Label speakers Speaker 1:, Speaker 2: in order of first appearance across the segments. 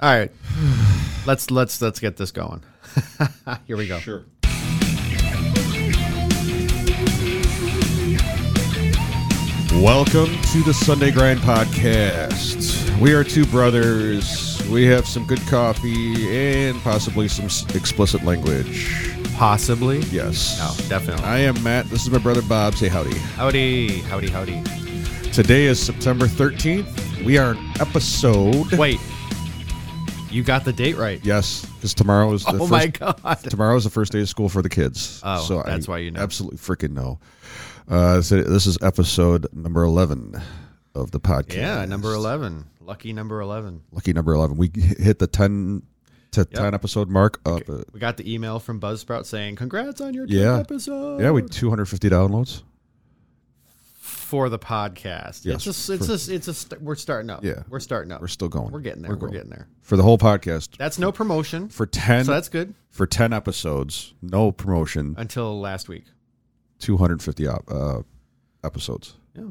Speaker 1: All right, let's let's let's get this going. Here we go.
Speaker 2: Sure. Welcome to the Sunday Grind Podcast. We are two brothers. We have some good coffee and possibly some s- explicit language.
Speaker 1: Possibly.
Speaker 2: Yes.
Speaker 1: No, definitely.
Speaker 2: I am Matt. This is my brother Bob. Say howdy.
Speaker 1: Howdy, howdy, howdy.
Speaker 2: Today is September 13th. We are an episode.
Speaker 1: Wait, you got the date right.
Speaker 2: Yes, because tomorrow is the
Speaker 1: oh
Speaker 2: first
Speaker 1: my god.
Speaker 2: Tomorrow is the first day of school for the kids.
Speaker 1: Oh, that's why you know.
Speaker 2: Absolutely freaking know. Uh, so this is episode number 11 of the podcast.
Speaker 1: Yeah, number eleven. Lucky number eleven.
Speaker 2: Lucky number 11. We hit the 10 to 10 episode mark of uh,
Speaker 1: We got the email from Buzzsprout saying, "Congrats on your 10th
Speaker 2: Yeah.
Speaker 1: episode."
Speaker 2: Yeah, we 250 downloads.
Speaker 1: for the podcast.
Speaker 2: Yes,
Speaker 1: It's a, it's a, it's a, st- we're starting up.
Speaker 2: Yeah.
Speaker 1: We're starting up.
Speaker 2: We're still going.
Speaker 1: We're getting there.
Speaker 2: We're
Speaker 1: We're,
Speaker 2: going.
Speaker 1: getting there.
Speaker 2: For the whole podcast
Speaker 1: That's no promotion.
Speaker 2: for 10
Speaker 1: so that's Uh, good
Speaker 2: for 10 episodes, no promotion,
Speaker 1: until last week.
Speaker 2: 250 op- uh, episodes.
Speaker 1: Yeah.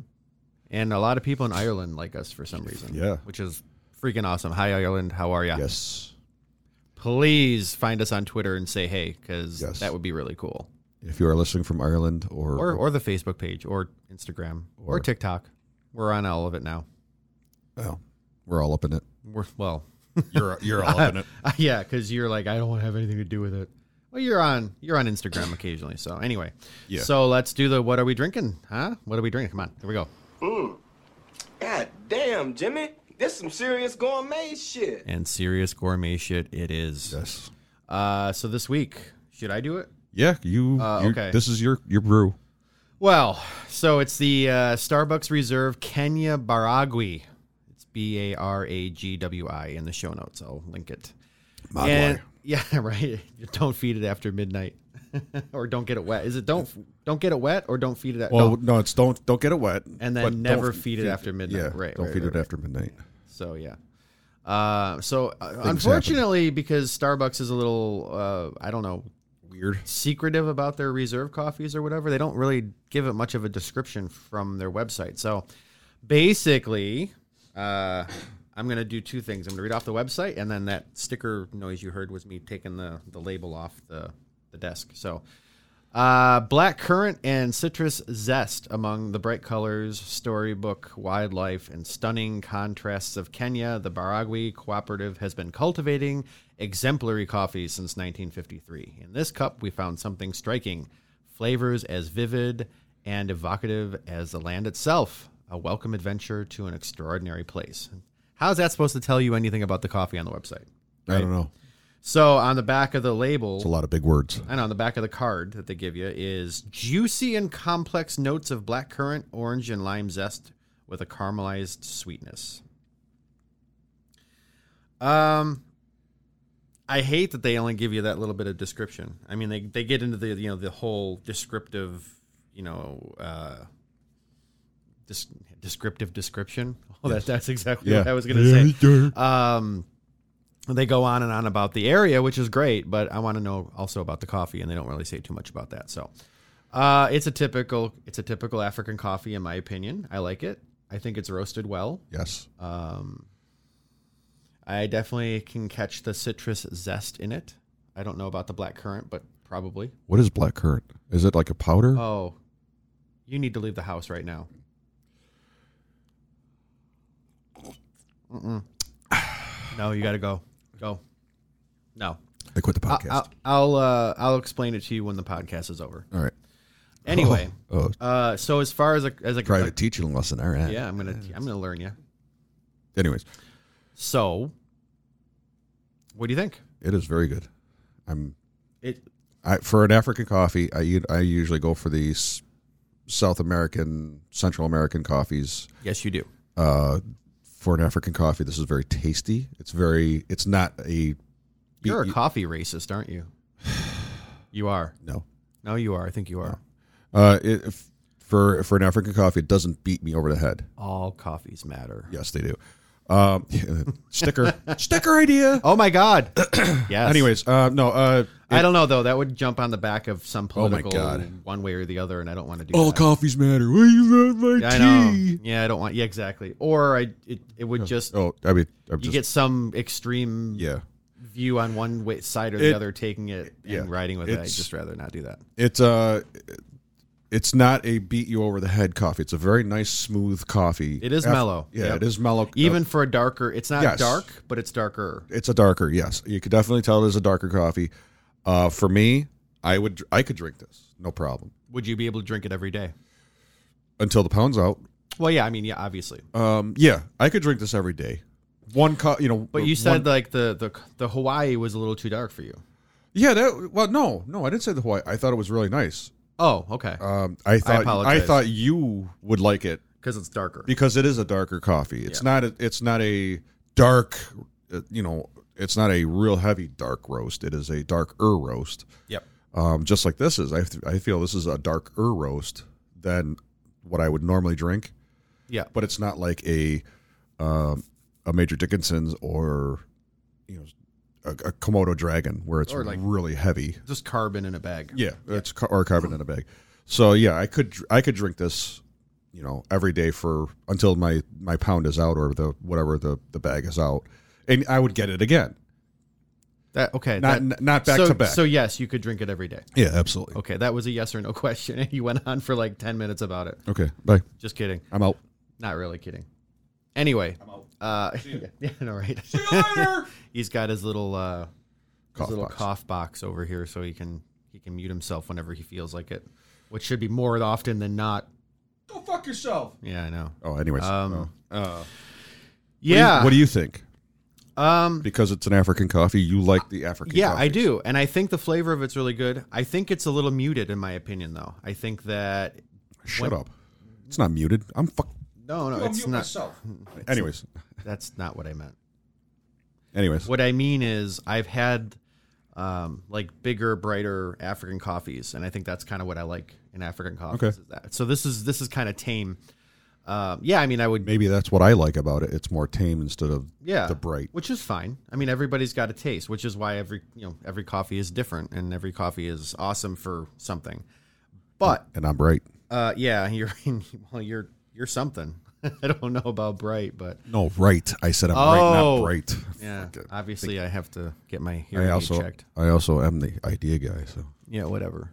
Speaker 1: And a lot of people in Ireland like us for some reason.
Speaker 2: Yeah.
Speaker 1: Which is freaking awesome. Hi, Ireland. How are ya?
Speaker 2: Yes.
Speaker 1: Please find us on Twitter and say hey, because
Speaker 2: Yes.
Speaker 1: that would be really cool.
Speaker 2: If you are listening from Ireland or,
Speaker 1: Or, or the Facebook page, or Instagram, or,
Speaker 2: Or-
Speaker 1: TikTok. We're on all of it now.
Speaker 2: well, we're all up in it.
Speaker 1: We're, well,
Speaker 2: You're you're all up in it.
Speaker 1: yeah, because you're like, I don't want to have anything to do with it. Well, you're on you're on Instagram occasionally. So anyway,
Speaker 2: Yeah.
Speaker 1: So let's do the what are we drinking? Huh? What are we drinking? Come on, here we go.
Speaker 3: God damn, Jimmy. This some serious gourmet shit.
Speaker 1: And serious gourmet shit it is.
Speaker 2: Yes.
Speaker 1: Uh, so this week, should I do it?
Speaker 2: Yeah, you.
Speaker 1: Uh,
Speaker 2: you-
Speaker 1: okay.
Speaker 2: This is your your brew.
Speaker 1: Well, so it's the uh, Starbucks Reserve Kenya Baragwi. It's B A R A G W I in the show notes. I'll link it.
Speaker 2: Mogwai.
Speaker 1: And- yeah, right. Don't feed it after midnight, or don't get it wet. Is it don't don't get it wet or don't feed it? At,
Speaker 2: well,
Speaker 1: no.
Speaker 2: no, it's don't don't get it wet,
Speaker 1: And then
Speaker 2: but
Speaker 1: never
Speaker 2: don't
Speaker 1: feed it after midnight.
Speaker 2: Yeah,
Speaker 1: Right,
Speaker 2: Don't
Speaker 1: right,
Speaker 2: feed
Speaker 1: right,
Speaker 2: it
Speaker 1: right.
Speaker 2: after midnight.
Speaker 1: So yeah. Uh, so uh,
Speaker 2: Things
Speaker 1: unfortunately, because Starbucks is a little, uh, I don't know,
Speaker 2: Weird.
Speaker 1: secretive about their reserve coffees or whatever. They don't really give it much of a description from their website. So basically, uh, I'm going to do two things. I'm going to read off the website, and then that sticker noise you heard was me taking the, the label off the, the desk. So uh, black currant and citrus zest among the bright colors, storybook wildlife, and stunning contrasts of Kenya, the Baragwi Cooperative has been cultivating exemplary coffee since 1953. In this cup, we found something striking flavors as vivid and evocative as the land itself, a welcome adventure to an extraordinary place. How's that supposed to tell you anything about the coffee on the website?
Speaker 2: I don't know.
Speaker 1: So, on the back of the label,
Speaker 2: It's a lot of big words.
Speaker 1: and on the back of the card that they give you is juicy and complex notes of black currant, orange, and lime zest with a caramelized sweetness. Um, I hate that they only give you that little bit of description. I mean, they they get into the you know the whole descriptive, you know, uh, dis- descriptive description. Oh, that, that's exactly what I was going to
Speaker 2: Mm-hmm.
Speaker 1: say um, they go on and on about the area, which is great, but I want to know also about the coffee, and they don't really say too much about that. So, uh, it's a typical it's a typical African coffee, in my opinion. I like it. I think it's roasted well.
Speaker 2: Yes.
Speaker 1: I definitely can catch the citrus zest in it. I don't know about the black currant, but probably.
Speaker 2: What is black currant? Is it like a powder?
Speaker 1: Oh, you need to leave the house right now. Mm-mm. No, you got to go. Go. No,
Speaker 2: I quit the podcast.
Speaker 1: I'll I'll, uh, I'll explain it to you when the podcast is over.
Speaker 2: All right.
Speaker 1: Anyway,
Speaker 2: Oh,
Speaker 1: uh, so as far as a as a
Speaker 2: private teaching lesson. All right.
Speaker 1: yeah, I'm gonna I'm gonna learn you.
Speaker 2: Anyways,
Speaker 1: So, what do you think?
Speaker 2: it is very good. I'm
Speaker 1: It
Speaker 2: I, for an African coffee. I u- I usually go for these South American, Central American coffees.
Speaker 1: yes, you do.
Speaker 2: uh, for an African coffee, this is very tasty. It's very. It's not a
Speaker 1: You're a
Speaker 2: you-
Speaker 1: coffee racist, aren't you? You are.
Speaker 2: no.
Speaker 1: No, you are. I think you are.
Speaker 2: Uh, it, if, for for an African coffee, it doesn't beat me over the head.
Speaker 1: All coffees matter.
Speaker 2: Yes, they do. Um, sticker sticker idea.
Speaker 1: Oh my God. yes.
Speaker 2: Anyways, uh, no. Uh,
Speaker 1: I don't know though. That would jump on the back of some
Speaker 2: Oh my
Speaker 1: political
Speaker 2: God.
Speaker 1: one way or the other, and I don't want to do
Speaker 2: All
Speaker 1: that.
Speaker 2: coffees matter. Why you love my
Speaker 1: I
Speaker 2: tea?
Speaker 1: know. Yeah, I don't want. Yeah, exactly. Or I, it, it would just
Speaker 2: Oh, I mean, I'm
Speaker 1: you
Speaker 2: just
Speaker 1: get some extreme
Speaker 2: yeah.
Speaker 1: view on one way, side or
Speaker 2: It-
Speaker 1: the other, taking it
Speaker 2: yeah.
Speaker 1: and riding with it. I'd
Speaker 2: It's-
Speaker 1: just rather not do that.
Speaker 2: It's uh, it's not a beat you over the head coffee. It's a very nice, smooth coffee.
Speaker 1: It is
Speaker 2: Af-
Speaker 1: mellow.
Speaker 2: Yeah,
Speaker 1: Yep.
Speaker 2: it is mellow.
Speaker 1: Even for a darker, it's not
Speaker 2: Yes.
Speaker 1: dark, but it's darker.
Speaker 2: it's a darker. Yes, you could definitely tell it is a darker coffee. Uh, for me, I would I could drink this no problem
Speaker 1: Would you be able to drink it every day?
Speaker 2: until the pound's out.
Speaker 1: Well, yeah, I mean, yeah, obviously.
Speaker 2: Um, yeah, I could drink this every day. One cup, you know.
Speaker 1: But you
Speaker 2: one-
Speaker 1: said like the the the Hawaii was a little too dark for you.
Speaker 2: yeah. That well, no, no, I didn't say the Hawaii. I thought it was really nice.
Speaker 1: Oh, okay,
Speaker 2: Um, I thought I,
Speaker 1: apologize.
Speaker 2: thought you would like it
Speaker 1: because it's darker.
Speaker 2: because it is a darker coffee. It's not a, it's not a dark, uh, you know, it's not a real heavy dark roast. It is a darker roast.
Speaker 1: Yep.
Speaker 2: Um, just like this is, I, I feel this is a darker roast than what I would normally drink,
Speaker 1: Yeah,
Speaker 2: but it's not like a um, a Major Dickinson's or you know a, a Komodo Dragon where it's
Speaker 1: Or like-
Speaker 2: really heavy.
Speaker 1: just carbon in a bag.
Speaker 2: Yeah, it's ca- or carbon in a bag. So yeah, I could dr- I could drink this, you know, every day for until my my pound is out or the whatever the the bag is out, and I would get it again.
Speaker 1: That okay.
Speaker 2: Not
Speaker 1: that-
Speaker 2: n not back
Speaker 1: so,
Speaker 2: to back.
Speaker 1: So yes, you could drink it every day.
Speaker 2: yeah, absolutely.
Speaker 1: Okay, that was a yes or no question, and you went on for like ten minutes about it.
Speaker 2: Okay, bye.
Speaker 1: Just kidding.
Speaker 2: I'm out.
Speaker 1: Not really kidding. Anyway, I'm out. Uh, yeah, no, right. He's got his little uh,
Speaker 2: Cough
Speaker 1: his little
Speaker 2: box.
Speaker 1: cough box over here, so he can he can mute himself whenever he feels like it, which should be more often than not.
Speaker 2: Go fuck yourself.
Speaker 1: Yeah, I know.
Speaker 2: Oh, anyways.
Speaker 1: Um,
Speaker 2: oh.
Speaker 1: Yeah.
Speaker 2: What do you think?
Speaker 1: um.
Speaker 2: Because it's an African coffee, you like the African.
Speaker 1: Yeah, I
Speaker 2: coffees.
Speaker 1: do, and I think the flavor of it's really good. I think it's a little muted, in my opinion, though. I think that
Speaker 2: Shut up. It's not muted. I'm fuck.
Speaker 1: no, no, it's not.
Speaker 2: Anyways,
Speaker 1: That's not what I meant.
Speaker 2: anyways.
Speaker 1: What I mean is, I've had um, like bigger, brighter African coffees, and I think that's kind of what I like in African coffees.
Speaker 2: Okay.
Speaker 1: Is that. So this is this is kind of tame. Um, yeah, I mean, I would.
Speaker 2: Maybe that's what I like about it. It's more tame instead of
Speaker 1: yeah,
Speaker 2: the bright.
Speaker 1: which is fine. I mean, everybody's got a taste, which is why every you know every coffee is different, and every coffee is awesome for something. But
Speaker 2: and I'm bright.
Speaker 1: Uh, yeah, you're well, you're you're something. I don't know about bright, but
Speaker 2: No, right. I said I'm right, not
Speaker 1: Oh.
Speaker 2: bright.
Speaker 1: yeah,
Speaker 2: Fuck it.
Speaker 1: obviously I have to get my hearing
Speaker 2: I
Speaker 1: aid
Speaker 2: also,
Speaker 1: checked.
Speaker 2: I also am the idea guy. So
Speaker 1: Yeah, whatever.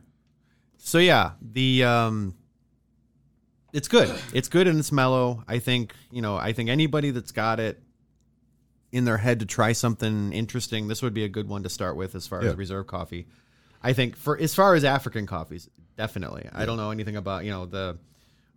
Speaker 1: So yeah, the um, it's good. It's good and it's mellow. I think you know. I think anybody that's got it in their head to try something interesting, this would be a good one to start with as far
Speaker 2: Yeah.
Speaker 1: as reserve coffee. I think for as far as African coffees, definitely. I don't know anything about you know the.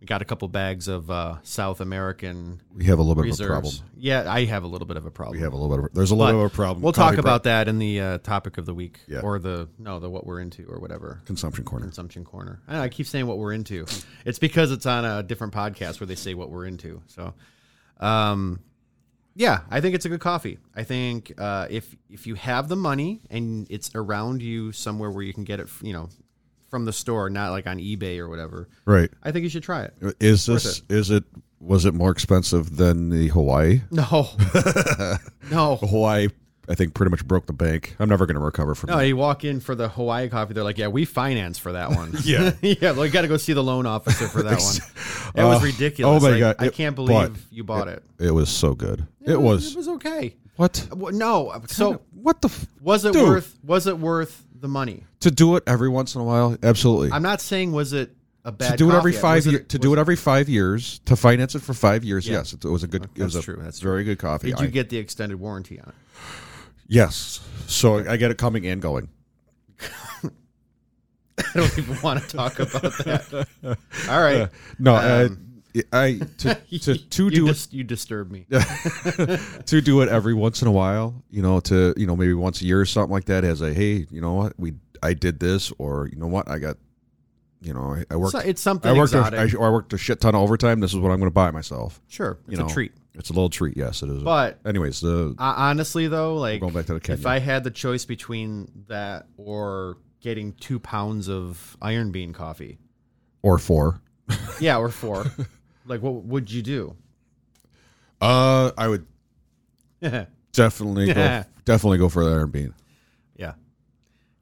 Speaker 1: We got a couple bags of uh, South American
Speaker 2: we have a little bit of a problem.
Speaker 1: reserves. Yeah, I have a little bit of a problem.
Speaker 2: We have a little bit of. A, there's a little bit of a problem.
Speaker 1: We'll
Speaker 2: Coffee
Speaker 1: talk about that in the uh, topic of the week,
Speaker 2: Yeah.
Speaker 1: or the no, the what we're into, or whatever
Speaker 2: pro- consumption corner.
Speaker 1: consumption corner. I, know, I keep saying what we're into. It's because it's on a different podcast where they say what we're into. So, um, yeah, I think it's a good coffee. I think uh, if if you have the money and it's around you somewhere where you can get it, you know, from the store, not like on eBay or whatever,
Speaker 2: Right.
Speaker 1: I think you should try it.
Speaker 2: Is this? Is it? Was it more expensive than the Hawaii?
Speaker 1: No, no.
Speaker 2: Hawaii, I think, pretty much broke the bank. I'm never going to recover from
Speaker 1: No,
Speaker 2: that.
Speaker 1: you walk in for the Hawaii coffee. They're like, "Yeah, we finance for that one."
Speaker 2: Yeah.
Speaker 1: yeah. Well, you got to go see the loan officer for that one. It was
Speaker 2: Oh,
Speaker 1: ridiculous.
Speaker 2: oh my
Speaker 1: Like,
Speaker 2: God.
Speaker 1: I
Speaker 2: It-
Speaker 1: can't
Speaker 2: but
Speaker 1: believe you bought it.
Speaker 2: It was so good. It was.
Speaker 1: It was okay.
Speaker 2: what?
Speaker 1: Well, no, uh, so
Speaker 2: What the? F-
Speaker 1: was it
Speaker 2: Dude.
Speaker 1: worth? Was it worth the money?
Speaker 2: to do it every once in a while? Absolutely.
Speaker 1: I'm not saying was it a bad.
Speaker 2: to do it every
Speaker 1: coffee. Was
Speaker 2: five year, to do it every five years to finance it for five years.
Speaker 1: Yeah.
Speaker 2: Yes, it, was a good. it was
Speaker 1: That's
Speaker 2: a
Speaker 1: true, that's
Speaker 2: very good coffee.
Speaker 1: Did you
Speaker 2: I-
Speaker 1: get the extended warranty on it?
Speaker 2: yes, so I get it coming and going.
Speaker 1: I don't even want to talk about that. All right,
Speaker 2: No, uh, I to, to, to
Speaker 1: Um, you
Speaker 2: do
Speaker 1: dis- you disturb me.
Speaker 2: it to do it every once in a while. You know, to you know maybe once a year or something like that. As a hey, you know what we I did this or you know what I got. You know, I, I worked.
Speaker 1: So it's something
Speaker 2: I worked. A,
Speaker 1: exotic.
Speaker 2: I, or I worked a shit ton of overtime. This is what I'm going to buy myself.
Speaker 1: sure, it's
Speaker 2: you know,
Speaker 1: a treat.
Speaker 2: It's a little treat. Yes, it is.
Speaker 1: But-
Speaker 2: anyways, the
Speaker 1: Uh, honestly, though, like
Speaker 2: going back to the Kenya.
Speaker 1: if I had the choice between that or getting two pounds of iron bean coffee,
Speaker 2: or four.
Speaker 1: yeah, or four, like what would you do?
Speaker 2: Uh, I would
Speaker 1: yeah,
Speaker 2: definitely go
Speaker 1: Yeah.
Speaker 2: definitely go for the Iron Bean.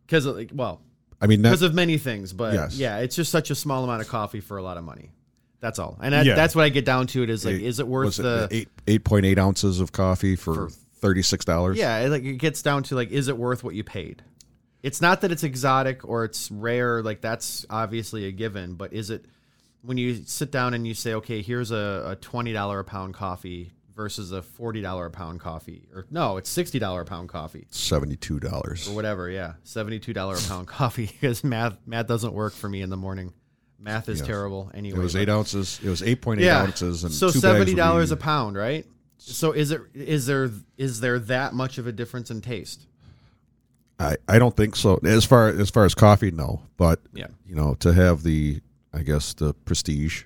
Speaker 1: because like well
Speaker 2: I mean,
Speaker 1: because
Speaker 2: that,
Speaker 1: of many things, but
Speaker 2: Yes.
Speaker 1: yeah, it's just such a small amount of coffee for a lot of money. That's all, and that,
Speaker 2: Yeah.
Speaker 1: that's what I get down to. It is like,
Speaker 2: Eight-
Speaker 1: is it
Speaker 2: was
Speaker 1: worth the?
Speaker 2: eight eight point eight ounces of coffee for, thirty six dollars?
Speaker 1: yeah, it, like it gets down to like, is it worth what you paid? It's not that it's exotic or it's rare, like that's obviously a given, but is it when you sit down and you say, okay, here's a, a twenty dollar a pound coffee versus a forty dollar a pound coffee, or no, it's sixty dollar a pound coffee.
Speaker 2: seventy two dollars.
Speaker 1: or whatever. Yeah, seventy-two dollar a pound coffee because math math doesn't work for me in the morning. Math is terrible anyway.
Speaker 2: It was
Speaker 1: but-
Speaker 2: eight ounces. It was eight point eight
Speaker 1: yeah.
Speaker 2: ounces, and
Speaker 1: so
Speaker 2: two bags would
Speaker 1: seventy dollars
Speaker 2: be-
Speaker 1: a pound, right? So is it is there is there that much of a difference in taste?
Speaker 2: I, I don't think so. As far as far as coffee, no. But
Speaker 1: Yeah.
Speaker 2: you know, to have the I guess the prestige.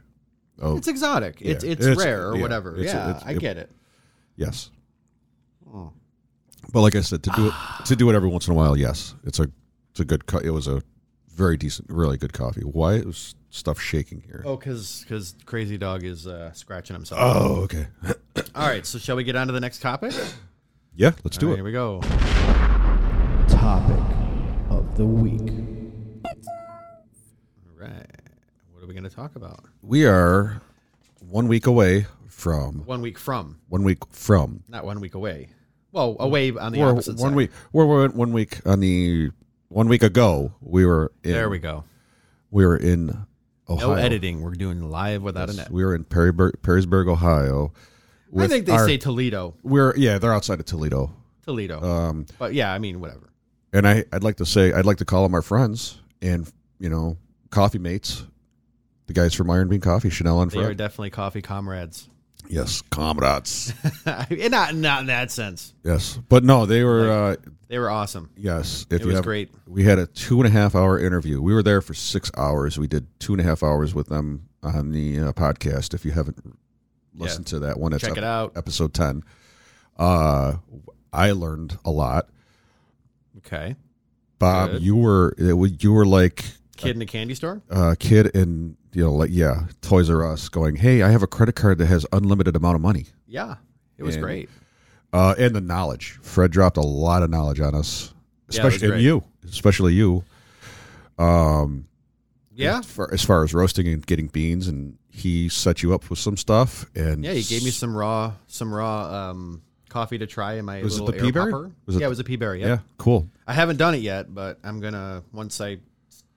Speaker 1: It's exotic. It's
Speaker 2: Yeah.
Speaker 1: it's,
Speaker 2: It's-
Speaker 1: rare or
Speaker 2: yeah.
Speaker 1: whatever.
Speaker 2: It's-
Speaker 1: yeah,
Speaker 2: it's-
Speaker 1: I get it.
Speaker 2: Yes. But like I said, to do it to do it every once in a while, yes, it's a it's a good. Co- it was a very decent, really good coffee. Why is stuff shaking here?
Speaker 1: Oh, because because crazy dog is uh, scratching himself.
Speaker 2: Oh, okay.
Speaker 1: All right, so shall we get on to the next topic?
Speaker 2: yeah, let's do
Speaker 1: All right,
Speaker 2: it.
Speaker 1: Here we go.
Speaker 4: topic of the week.
Speaker 1: All right, what are we going to talk about?
Speaker 2: We are one week away from
Speaker 1: One week from,
Speaker 2: one week from
Speaker 1: not one week away. Well, away on the
Speaker 2: or one
Speaker 1: opposite side.
Speaker 2: week. Or we're one week on the one week ago. We were in,
Speaker 1: There we go.
Speaker 2: We were in Ohio.
Speaker 1: No editing. We're doing live without an edit.
Speaker 2: We were in Perryburg, Perrysburg, Ohio.
Speaker 1: I
Speaker 2: with
Speaker 1: think they
Speaker 2: our-
Speaker 1: say Toledo.
Speaker 2: we're yeah, they're outside of Toledo.
Speaker 1: Toledo.
Speaker 2: Um,
Speaker 1: but yeah, I mean, whatever.
Speaker 2: and I, I'd like to say I'd like to call them our friends and you know coffee mates, the guys from Iron Bean Coffee, Chanel and
Speaker 1: They are
Speaker 2: Fred.
Speaker 1: definitely coffee comrades.
Speaker 2: yes, comrades.
Speaker 1: And not, not in that sense.
Speaker 2: yes, but no, they were. uh,
Speaker 1: They were awesome.
Speaker 2: yes,
Speaker 1: It
Speaker 2: if you
Speaker 1: was
Speaker 2: have-
Speaker 1: great.
Speaker 2: We had a two and a half hour interview. We were there for six hours. We did two and a half hours with them on the uh, podcast. If you haven't listened to that one, it's
Speaker 1: Check it out.
Speaker 2: episode ten. Uh, I learned a lot. Uh,
Speaker 1: Okay.
Speaker 2: Bob,
Speaker 1: Good.
Speaker 2: you were it was, you were like
Speaker 1: Kid in a candy store?
Speaker 2: a uh, kid in you know like yeah Toys R Us going, hey, I have a credit card that has unlimited amount of money.
Speaker 1: Yeah. It was
Speaker 2: And-
Speaker 1: great.
Speaker 2: Uh, and the knowledge. Fred dropped a lot of knowledge on us,
Speaker 1: Yeah, it was
Speaker 2: especially and
Speaker 1: great.
Speaker 2: you, especially you. Um,
Speaker 1: Yeah.
Speaker 2: as far, as far as roasting and getting beans, and he set you up with some stuff, and
Speaker 1: Yeah, he gave me some raw some raw um, coffee to try in my
Speaker 2: Was it
Speaker 1: little
Speaker 2: the pea
Speaker 1: air
Speaker 2: berry?
Speaker 1: popper.
Speaker 2: Was it
Speaker 1: yeah, it was a pea berry.
Speaker 2: yeah,
Speaker 1: Yeah.
Speaker 2: cool
Speaker 1: I haven't done it yet, but I'm going to once I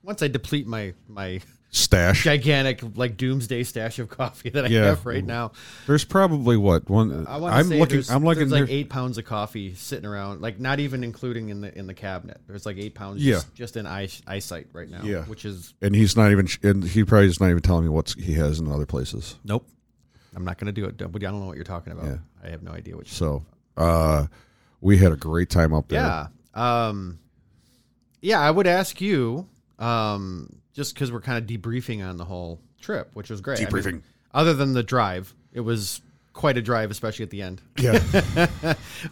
Speaker 1: once I deplete my my
Speaker 2: stash.
Speaker 1: gigantic like doomsday stash of coffee that I
Speaker 2: Yeah.
Speaker 1: have right now.
Speaker 2: There's probably what one.
Speaker 1: I want to
Speaker 2: I'm
Speaker 1: say
Speaker 2: looking.
Speaker 1: there's,
Speaker 2: I'm looking.
Speaker 1: there's like
Speaker 2: there-
Speaker 1: eight pounds of coffee sitting around, like not even including in the in the cabinet. There's like eight pounds,
Speaker 2: Yeah.
Speaker 1: just, just in eye, eyesight right now.
Speaker 2: Yeah.
Speaker 1: which is
Speaker 2: and he's not even. And he probably is not even telling me what he has in other places.
Speaker 1: nope. I'm not gonna do it. Don't- I don't know what you're talking about.
Speaker 2: Yeah.
Speaker 1: I have no idea what. You're,
Speaker 2: So uh, we had a great time up there.
Speaker 1: yeah, um, yeah. I would ask you, um, just because we're kind of debriefing on the whole trip, which was great. I mean,
Speaker 2: Debriefing.
Speaker 1: other than the drive, it was quite a drive, especially at the end.
Speaker 2: Yeah.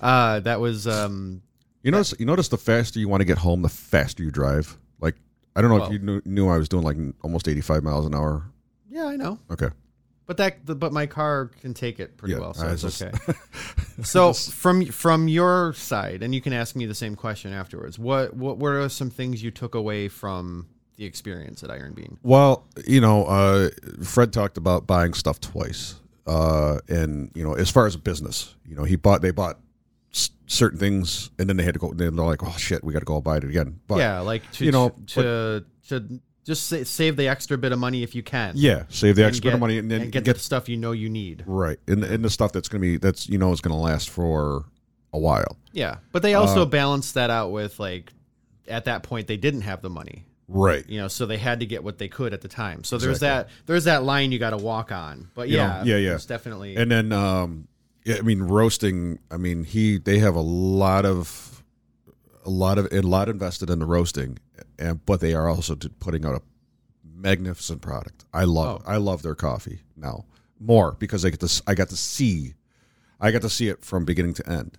Speaker 1: Uh, that was um,
Speaker 2: you notice. You notice the faster you want to get home, the faster you drive. Like I don't know if
Speaker 1: Well-
Speaker 2: you knew, knew I was doing like almost 85 miles an hour.
Speaker 1: yeah, I know.
Speaker 2: Okay.
Speaker 1: But that, the, but my car can take it pretty
Speaker 2: Yeah,
Speaker 1: well, so
Speaker 2: I
Speaker 1: it's
Speaker 2: just-
Speaker 1: okay. so from from your side, and you can ask me the same question afterwards. What what were some things you took away from the experience at Iron Bean?
Speaker 2: Well, you know, uh, Fred talked about buying stuff twice, uh, and you know, as far as business, you know, he bought they bought s- certain things, and then they had to go. Then they're like, oh shit, we got to go buy it again. But
Speaker 1: yeah, like to,
Speaker 2: you know,
Speaker 1: to to just sa- save the extra bit of money if you can.
Speaker 2: yeah, save the
Speaker 1: and
Speaker 2: extra bit
Speaker 1: get-
Speaker 2: of money, and then
Speaker 1: get,
Speaker 2: get
Speaker 1: the stuff you know you need.
Speaker 2: right, and and the stuff that's gonna be that's you know is gonna last for a while.
Speaker 1: Yeah, but they
Speaker 2: Uh,
Speaker 1: also balanced that out with like at that point they didn't have the money.
Speaker 2: Right.
Speaker 1: you know so they had to get what they could at the time so there's that there's that line you got to walk on but
Speaker 2: You know,
Speaker 1: yeah
Speaker 2: yeah, yeah.
Speaker 1: it's definitely
Speaker 2: And then, um, yeah, I mean, roasting. I mean, he they have a lot of, a lot of a lot invested in the roasting, and but they are also t- putting out a magnificent product. I
Speaker 1: Oh.
Speaker 2: love I love their coffee now more because I get to s- I got to see, I got to see it from beginning to end.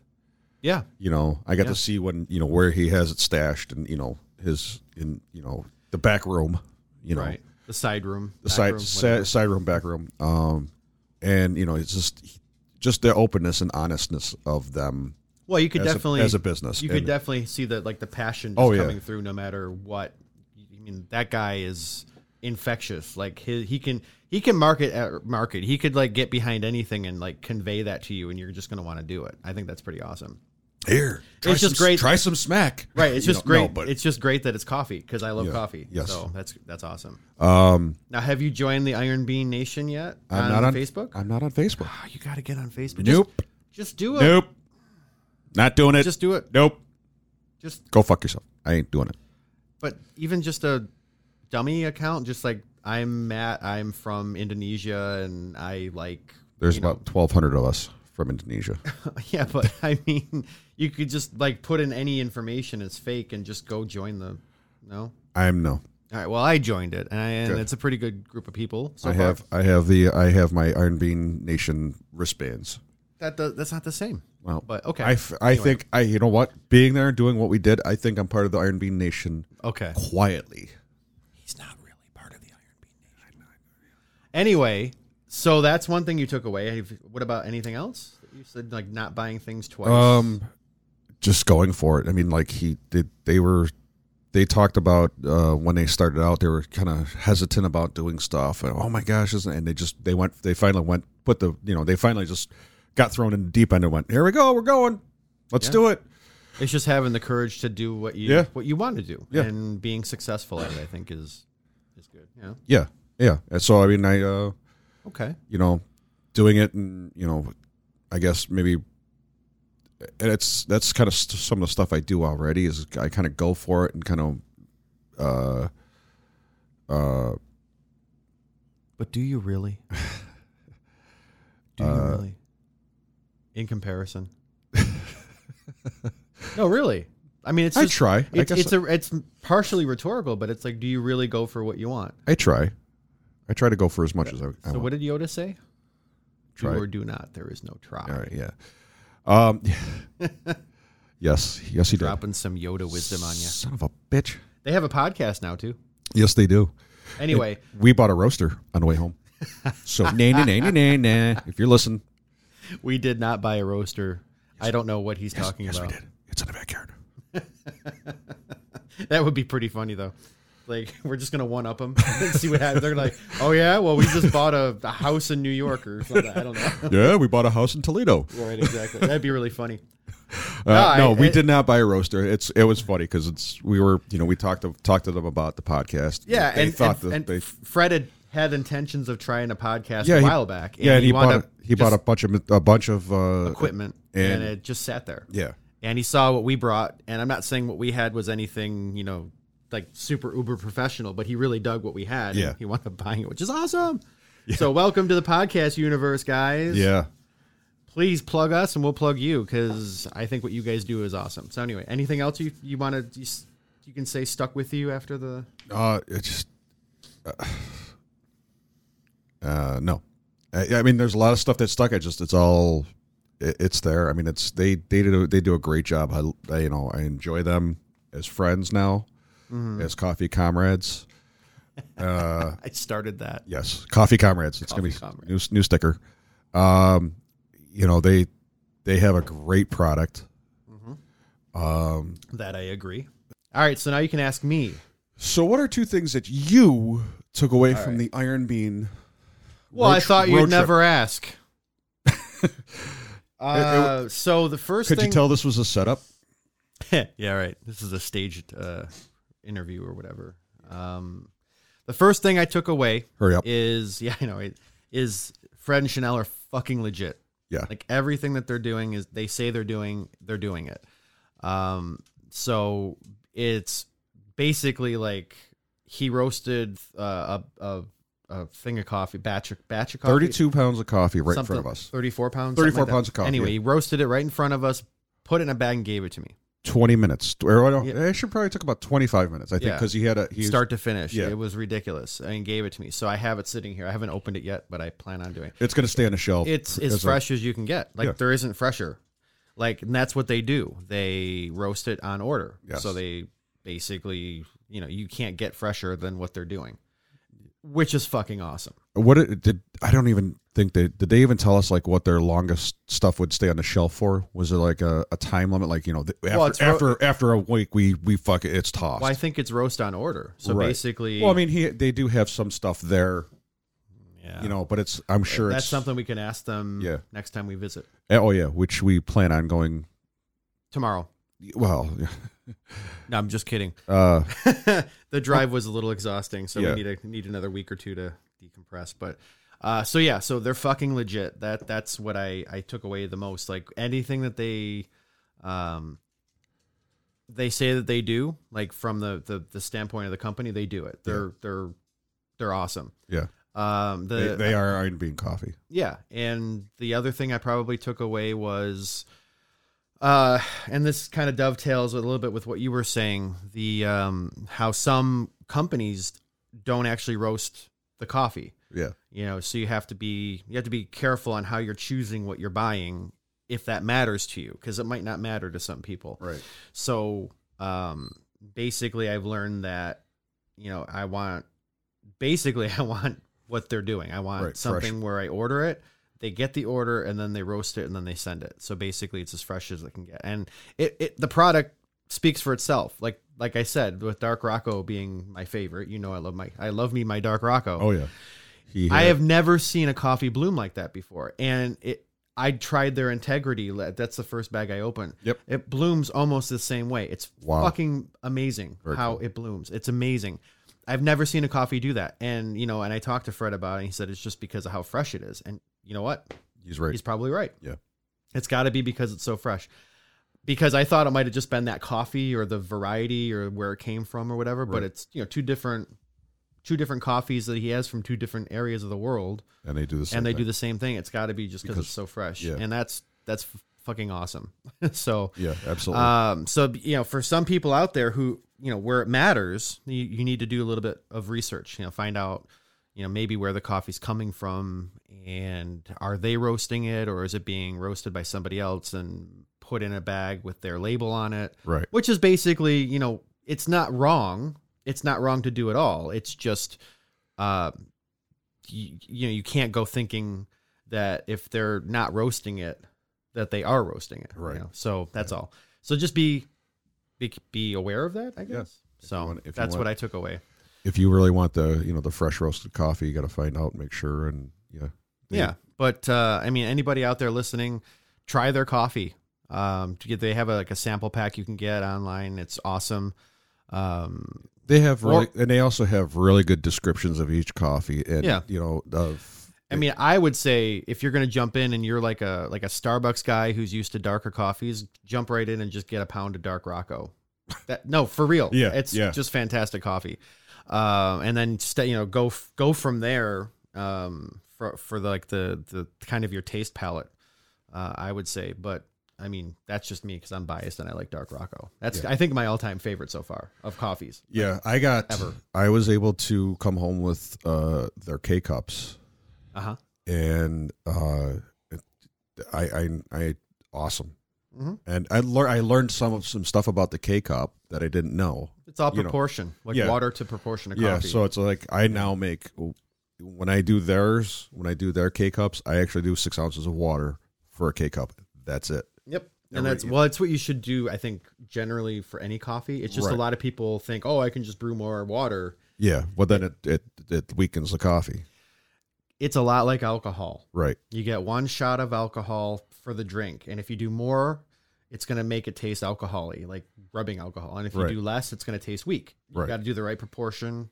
Speaker 1: yeah
Speaker 2: You know, I got to see when you know where he has it stashed, and you know his in you know the back room. You know,
Speaker 1: right the side room
Speaker 2: the
Speaker 1: back
Speaker 2: side
Speaker 1: room,
Speaker 2: side, side room back room um and you know it's just just the openness and honestness of them
Speaker 1: Well, you could
Speaker 2: as a-
Speaker 1: definitely
Speaker 2: as a business,
Speaker 1: You could
Speaker 2: and-
Speaker 1: definitely see that like the passion just
Speaker 2: Oh, yeah.
Speaker 1: coming through no matter what. I mean, that guy is infectious. Like his, he can he can market at market. He could like get behind anything and like convey that to you, and you're just gonna want to do it. I think that's pretty awesome.
Speaker 2: Here, try
Speaker 1: It's just
Speaker 2: some-
Speaker 1: great-
Speaker 2: Try some smack.
Speaker 1: Right. It's
Speaker 2: You
Speaker 1: just
Speaker 2: know,
Speaker 1: great.
Speaker 2: no, but
Speaker 1: it's just great that it's coffee because I love
Speaker 2: Yeah,
Speaker 1: coffee.
Speaker 2: yes.
Speaker 1: So that's that's awesome.
Speaker 2: um,
Speaker 1: Now, have you joined the Iron Bean Nation yet?
Speaker 2: I'm not on
Speaker 1: Facebook.
Speaker 2: I'm not on Facebook.
Speaker 1: Oh, you got to get on Facebook.
Speaker 2: Nope.
Speaker 1: Just, just do it.
Speaker 2: Nope. Not doing it.
Speaker 1: Just do it.
Speaker 2: nope.
Speaker 1: Just
Speaker 2: Go fuck yourself. I ain't doing it.
Speaker 1: but even just a dummy account, just like I'm Matt, I'm from Indonesia, and I like
Speaker 2: There's
Speaker 1: you know-
Speaker 2: about 1,200 of us from Indonesia.
Speaker 1: yeah, but I mean, you could just like put in any information as fake and just go join the no.
Speaker 2: I'm no.
Speaker 1: All right, well, I joined it, and, I, and
Speaker 2: Good.
Speaker 1: it's a pretty good group of people. So
Speaker 2: I
Speaker 1: far.
Speaker 2: have I have the I have my Iron Bean Nation wristbands.
Speaker 1: that. does- That's not the same.
Speaker 2: Well,
Speaker 1: but okay,
Speaker 2: I, f- I think I you know what being there and doing what we did. I think I'm part of the Iron Bean Nation
Speaker 1: okay.
Speaker 2: quietly.
Speaker 1: He's not really part of the Iron Bean Nation. Anyway, so that's one thing you took away. Have- What about anything else? You said like not buying things twice.
Speaker 2: Um, just going for it. I mean, like he they, they were they talked about uh, when they started out they were kind of hesitant about doing stuff. And, oh my gosh, isn't and they just they went they finally went put the you know they finally just got thrown in the deep end and went here we go we're going let's do it.
Speaker 1: It's just having the courage to do what you
Speaker 2: Yeah.
Speaker 1: what you want to do,
Speaker 2: Yeah.
Speaker 1: and being successful at it. I think is is good. Yeah.
Speaker 2: Yeah, yeah. And so I mean I. Uh,
Speaker 1: Okay.
Speaker 2: you know, doing it and, you know, I guess maybe and it's that's kind of st- some of the stuff I do already is I kind of go for it and kind of uh uh
Speaker 1: But do you really? do you
Speaker 2: Uh,
Speaker 1: really? In comparison. no, really. I mean, it's
Speaker 2: I
Speaker 1: just,
Speaker 2: try. I
Speaker 1: It's,
Speaker 2: guess
Speaker 1: it's a it's partially rhetorical, but it's like, do you really go for what you want?
Speaker 2: I try. I try to go for as much as I, I
Speaker 1: So,
Speaker 2: want.
Speaker 1: what did Yoda say?
Speaker 2: Try.
Speaker 1: Do or do not. There is no try.
Speaker 2: All right, yeah. Um Yes, yes he did.
Speaker 1: Dropping some Yoda wisdom on you.
Speaker 2: Son of a bitch.
Speaker 1: They have a podcast now too.
Speaker 2: Yes, they do.
Speaker 1: Anyway,
Speaker 2: We bought a roaster on the way home. So, nay, nay, nay, nay, nay, nay. If you're listening,
Speaker 1: we did not buy a roaster. I don't know what he's talking
Speaker 2: yes,
Speaker 1: about.
Speaker 2: we did. It's in the backyard.
Speaker 1: That would be pretty funny though. Like we're just gonna one up them and see what happens. They're like, oh yeah, well we just bought a, a house in New York or something. I don't know.
Speaker 2: Yeah, we bought a house in Toledo.
Speaker 1: right, exactly. That'd be really funny.
Speaker 2: Uh, no,
Speaker 1: I-
Speaker 2: we
Speaker 1: it-
Speaker 2: did not buy a roaster. It's it was funny because it's we were you know we talked to, talked to them about the podcast.
Speaker 1: Yeah,
Speaker 2: they
Speaker 1: and,
Speaker 2: thought
Speaker 1: and,
Speaker 2: that
Speaker 1: and
Speaker 2: they
Speaker 1: Fred had had intentions of trying a podcast
Speaker 2: yeah
Speaker 1: a
Speaker 2: he-
Speaker 1: while back.
Speaker 2: Yeah, and he,
Speaker 1: wound
Speaker 2: bought
Speaker 1: up
Speaker 2: a, he bought a
Speaker 1: just
Speaker 2: bunch of a bunch of uh,
Speaker 1: equipment
Speaker 2: and-
Speaker 1: and it just sat there.
Speaker 2: Yeah,
Speaker 1: and he saw what we brought and i'm not saying what we had was anything you know like super uber professional but he really dug what we had and
Speaker 2: Yeah.
Speaker 1: he wound up buying it which is awesome so welcome to the podcast universe guys
Speaker 2: yeah.
Speaker 1: please plug us and we'll plug you because i think what you guys do is awesome so anyway anything else you, you want to you, s- you can say stuck with you after the
Speaker 2: Uh, it just uh, uh, no. I, I mean, there's a lot of stuff that stuck. I just it's all it, it's there. I mean, it's they they do they do a great job. I, I you know I enjoy them as friends now,
Speaker 1: Mm-hmm.
Speaker 2: as coffee comrades. Uh.
Speaker 1: i started that
Speaker 2: Yes, coffee comrades. It's
Speaker 1: Coffee
Speaker 2: gonna be
Speaker 1: Comrades.
Speaker 2: new new sticker. Um, you know they they have a great product.
Speaker 1: that i agree all right so now you can ask me
Speaker 2: So, what are two things that you took away from the Iron Bean?
Speaker 1: Well,
Speaker 2: Road
Speaker 1: I
Speaker 2: tri-
Speaker 1: thought
Speaker 2: road
Speaker 1: you'd
Speaker 2: trip.
Speaker 1: never ask. uh, so the first
Speaker 2: Could
Speaker 1: thing,
Speaker 2: you tell this was a setup?
Speaker 1: yeah, right. This is a staged uh, interview or whatever. Um, the first thing I took away
Speaker 2: Hurry up.
Speaker 1: is yeah, I know it is Fred and Chanel are fucking legit.
Speaker 2: Yeah.
Speaker 1: Like everything that they're doing is they say they're doing, they're doing it. Um, so it's basically like he roasted uh, a, a a thing of coffee, batch of, batch of coffee,
Speaker 2: Thirty-two pounds of coffee right in
Speaker 1: something-
Speaker 2: front of us.
Speaker 1: 34 pounds. something
Speaker 2: 34
Speaker 1: like that.
Speaker 2: pounds of coffee,
Speaker 1: Anyway,
Speaker 2: yeah.
Speaker 1: he roasted it right in front of us, put it in a bag, and gave it to me,
Speaker 2: Twenty minutes. Or, I don't-
Speaker 1: Yeah.
Speaker 2: It should probably took about twenty-five minutes. I think
Speaker 1: Yeah.
Speaker 2: because he had a he
Speaker 1: start to finish.
Speaker 2: yeah.
Speaker 1: It was ridiculous, and gave it to me. So I have it sitting here. I haven't opened it yet, but I plan on doing.
Speaker 2: It's going to stay on the shelf.
Speaker 1: It's as
Speaker 2: As a-
Speaker 1: fresh as you can get. Like
Speaker 2: Yeah.
Speaker 1: there isn't fresher. Like and that's what they do. They roast it on order.
Speaker 2: Yes.
Speaker 1: So they basically, you know, you can't get fresher than what they're doing. which is fucking awesome.
Speaker 2: What it, did I don't even think they did they even tell us like what their longest stuff would stay on the shelf for? Was it like a, a time limit? Like you know, the, after
Speaker 1: Well, it's ro-
Speaker 2: after after a week we we fuck it, it's tossed.
Speaker 1: Well, I think it's roast on order. So
Speaker 2: Right.
Speaker 1: basically,
Speaker 2: well, I mean, he they do have some stuff there,
Speaker 1: yeah.
Speaker 2: you know, but it's I'm sure
Speaker 1: that's
Speaker 2: it's
Speaker 1: something we can ask them
Speaker 2: Yeah.
Speaker 1: next time we visit
Speaker 2: Oh yeah, which we plan on going.
Speaker 1: tomorrow.
Speaker 2: Well,
Speaker 1: No, I'm just kidding.
Speaker 2: uh,
Speaker 1: the drive was a little exhausting, so
Speaker 2: Yeah.
Speaker 1: we need a, need another week or two to decompress. But uh, so yeah, so they're fucking legit. That that's what I I took away the most. Like anything that they, um, they say that they do, like from the the, the standpoint of the company, they do it. They're they're they're awesome.
Speaker 2: yeah,
Speaker 1: Um, the
Speaker 2: they, they are Iron Bean Coffee.
Speaker 1: yeah, and the other thing I probably took away was, uh, and this kind of dovetails a little bit with what you were saying, the um, how some companies don't actually roast the coffee.
Speaker 2: Yeah,
Speaker 1: You know, so you have to be you have to be careful on how you're choosing what you're buying if that matters to you because it might not matter to some people.
Speaker 2: right.
Speaker 1: So um, basically, I've learned that you know I want basically I want what they're doing. I want
Speaker 2: Right,
Speaker 1: something where I order it, they get the order, and then they roast it and then they send it. So basically, it's as fresh as it can get, and it, it the product speaks for itself. Like like I said, with Dark Rocco being my favorite, you know I love my I love me my Dark Rocco.
Speaker 2: Oh yeah, he.
Speaker 1: I
Speaker 2: had-
Speaker 1: have never seen a coffee bloom like that before, and it. I tried their integrity. le- That's the first bag I opened.
Speaker 2: Yep.
Speaker 1: It blooms almost the same way. It's
Speaker 2: Wow.
Speaker 1: fucking amazing
Speaker 2: Very
Speaker 1: how it blooms. It's amazing. I've never seen a coffee do that. And you know, and I talked to Fred about it. And he said it's just because of how fresh it is. And you know what?
Speaker 2: He's right.
Speaker 1: He's probably right.
Speaker 2: Yeah.
Speaker 1: It's got to be because it's so fresh. Because I thought it might have just been that coffee or the variety or where it came from or whatever, but
Speaker 2: Right.
Speaker 1: it's you know two different two different coffees that he has from two different areas of the world
Speaker 2: and they do the same.
Speaker 1: and they
Speaker 2: thing.
Speaker 1: do the same thing. It's got to be just because
Speaker 2: Because-
Speaker 1: it's so fresh.
Speaker 2: yeah.
Speaker 1: And that's that's f- fucking awesome. so
Speaker 2: Yeah, absolutely.
Speaker 1: um so you know for some people out there who you know where it matters, you, you need to do a little bit of research, you know, find out you know maybe where the coffee's coming from and are they roasting it or is it being roasted by somebody else and put in a bag with their label on it
Speaker 2: right.
Speaker 1: which is basically you know it's not wrong it's not wrong to do at all it's just uh you, you know you can't go thinking that if they're not roasting it that they are roasting it you
Speaker 2: Right.
Speaker 1: know? so that's all so just be be, be aware of that i guess
Speaker 2: Yes.
Speaker 1: so
Speaker 2: want- if you
Speaker 1: that's what
Speaker 2: want-
Speaker 1: i took away
Speaker 2: If you really want the you know the fresh roasted coffee, you got to find out, make sure, and yeah, They-
Speaker 1: Yeah, but uh, I mean, anybody out there listening, try their coffee. Um, to get, they have a, like a sample pack you can get online. It's awesome. Um,
Speaker 2: They have
Speaker 1: Or-
Speaker 2: really, and they also have really good descriptions of each coffee, and
Speaker 1: Yeah.
Speaker 2: you know of
Speaker 1: I mean, I would say if you're going to jump in and you're like a like a Starbucks guy who's used to darker coffees, jump right in and just get a pound of dark Rocco. That no, for real.
Speaker 2: Yeah,
Speaker 1: it's
Speaker 2: yeah.
Speaker 1: just fantastic coffee. Um, and then sta you know go f- go from there. Um, for for the, like the the kind of your taste palette, uh, I would say. But I mean, that's just me because I'm biased and I like dark Rocco. That's I think my all time favorite so far of coffees.
Speaker 2: yeah. I got
Speaker 1: Ever.
Speaker 2: I was able to come home with uh their K cups,
Speaker 1: Uh
Speaker 2: Uh-huh.
Speaker 1: huh.
Speaker 2: and uh, I I I awesome,
Speaker 1: Mhm.
Speaker 2: and I learned I learned some of some stuff about the K cup that I didn't know.
Speaker 1: It's all
Speaker 2: You know,
Speaker 1: proportion, like
Speaker 2: yeah.
Speaker 1: water to proportion of coffee.
Speaker 2: Yeah, so it's like I now make when I do theirs, when I do their K cups, I actually do six ounces of water for a K cup. That's it.
Speaker 1: Yep.
Speaker 2: Every-
Speaker 1: And that's well, it's what you should do, I think, generally for any coffee. It's just a
Speaker 2: Right.
Speaker 1: lot of people think, oh, I can just brew more water.
Speaker 2: Yeah, but then it it, it weakens the coffee,
Speaker 1: It's a lot like alcohol.
Speaker 2: right?
Speaker 1: You get one shot of alcohol for the drink, and if you do more, it's gonna make it taste alcoholy, like rubbing alcohol. And if you
Speaker 2: Right.
Speaker 1: do less, it's gonna taste weak. You
Speaker 2: Right.
Speaker 1: gotta do the right proportion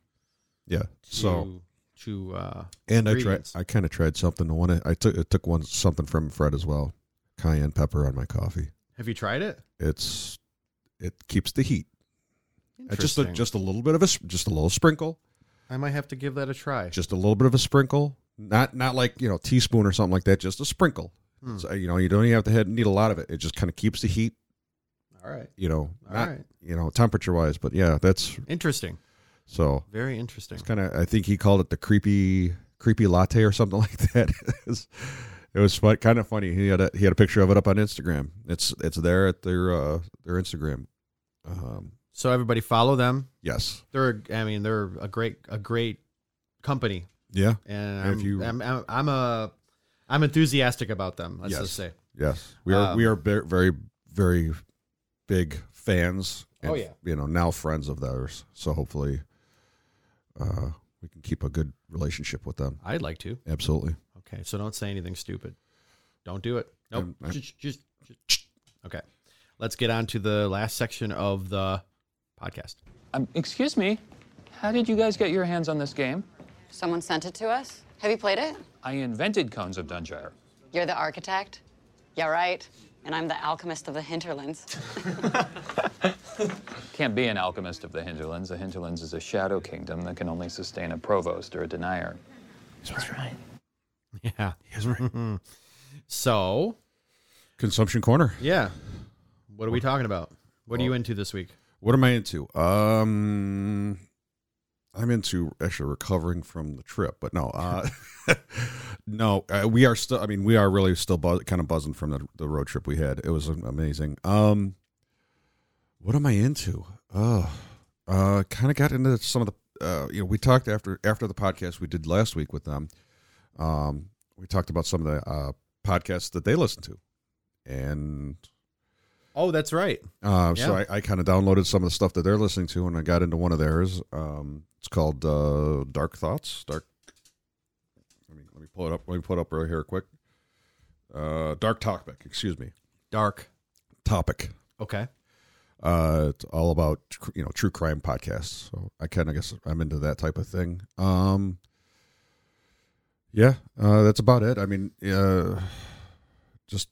Speaker 2: Yeah.
Speaker 1: to
Speaker 2: So
Speaker 1: to uh
Speaker 2: and I tried.
Speaker 1: ingredients.
Speaker 2: I kind of tried something. The One I took. I took one something from Fred as well. Cayenne pepper on my coffee.
Speaker 1: have you tried it?
Speaker 2: It's it keeps the heat. Uh, Just a,
Speaker 1: Interesting.
Speaker 2: just a little bit of a s- just a little sprinkle.
Speaker 1: I might have to give that a try.
Speaker 2: Just a little bit of a sprinkle. Not not like you know teaspoon or something like that. Just a sprinkle.
Speaker 1: Hmm.
Speaker 2: So, you know you don't even have to have, need a lot of it. It just kind of keeps the heat.
Speaker 1: All right.
Speaker 2: You know,
Speaker 1: All
Speaker 2: not
Speaker 1: right.
Speaker 2: you know temperature wise, but yeah, that's
Speaker 1: Interesting.
Speaker 2: so.
Speaker 1: Very interesting.
Speaker 2: It's kind of I think he called it the creepy creepy latte or something like that. it was, it was fun, kind of funny. He had a he had a picture of it up on Instagram. It's it's there at their uh, their Instagram. Um,
Speaker 1: So everybody follow them.
Speaker 2: yes,
Speaker 1: They're I mean, they're a great a great company,
Speaker 2: Yeah.
Speaker 1: and
Speaker 2: And if
Speaker 1: I'm,
Speaker 2: you-
Speaker 1: I'm, I'm, I'm a I'm enthusiastic about them. Let's
Speaker 2: Yes.
Speaker 1: just say
Speaker 2: Yes, we are.
Speaker 1: Um,
Speaker 2: we are ver- very, very big fans. And,
Speaker 1: Oh, yeah.
Speaker 2: you know now friends of theirs. So hopefully, uh, we can keep a good relationship with them.
Speaker 1: I'd like to.
Speaker 2: Absolutely.
Speaker 1: Okay, so don't say anything stupid. Don't do it. Nope.
Speaker 2: Um, I-
Speaker 1: Just- just- just- Okay, let's get on to the last section of the podcast.
Speaker 5: Um, excuse me, how did you guys get your hands on this game?
Speaker 6: Someone sent it to us. Have you played it?
Speaker 5: I invented Cones of Dungyre.
Speaker 6: You're the architect? Yeah, right. And I'm the alchemist of the hinterlands.
Speaker 5: Can't be an alchemist of the Hinterlands. The Hinterlands is a shadow kingdom that can only sustain a provost or a denier.
Speaker 1: Yeah. So
Speaker 2: Consumption corner.
Speaker 1: yeah, what are we talking about? What are you into this week?
Speaker 2: What am I into? Um, I'm into actually recovering from the trip, but no, uh, no, uh, we are still. I mean, we are really still buzz, kind of buzzing from the, the road trip we had. It was amazing. Um, what am I into? Oh, uh, kind of got into some of the. Uh, you know, we talked after after the podcast we did last week with them. Um, we talked about some of the uh, podcasts that they listen to, and
Speaker 1: Oh, that's right.
Speaker 2: uh, So
Speaker 1: Yeah.
Speaker 2: I, I kind of downloaded some of the stuff that they're listening to, and I got into one of theirs. Um, it's called uh, Dark Thoughts. Dark. Let me let me pull it up. Let me pull it up right here, quick. Uh, Dark Topic. Excuse me.
Speaker 1: Dark.
Speaker 2: Topic.
Speaker 1: Okay.
Speaker 2: Uh, it's all about tr- you know true crime podcasts. So I kind of guess I'm into that type of thing. Um, yeah, uh, that's about it. I mean, uh, just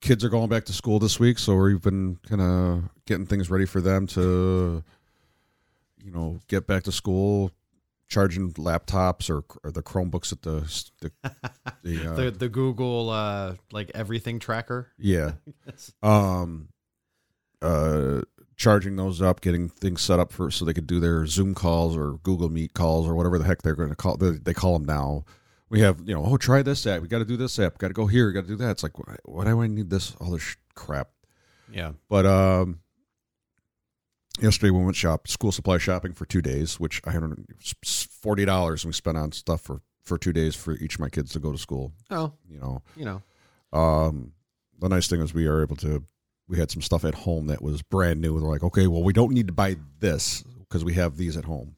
Speaker 2: kids are going back to school this week, so we've been kind of getting things ready for them to, you know, get back to school, charging laptops or, or the Chromebooks at the s- the, the, uh,
Speaker 1: The the Google uh like everything tracker.
Speaker 2: yeah. Um uh charging those up, getting things set up for so they could do their Zoom calls or Google Meet calls or whatever the heck they're going to call they, they call them now. We have, you know, oh try this app. We got to do this app. Got to go here. Got to do that. It's like why, why do I need this all this sh- crap?
Speaker 1: Yeah.
Speaker 2: But um yesterday we went shop school supply shopping for 2 days, which I had $40 we spent on stuff for for 2 days for each of my kids to go to school,
Speaker 1: Oh,
Speaker 2: you know.
Speaker 1: you know.
Speaker 2: Um, the nice thing is we are able to. We had some stuff at home that was brand new. They're like, okay, well, we don't need to buy this because we have these at home.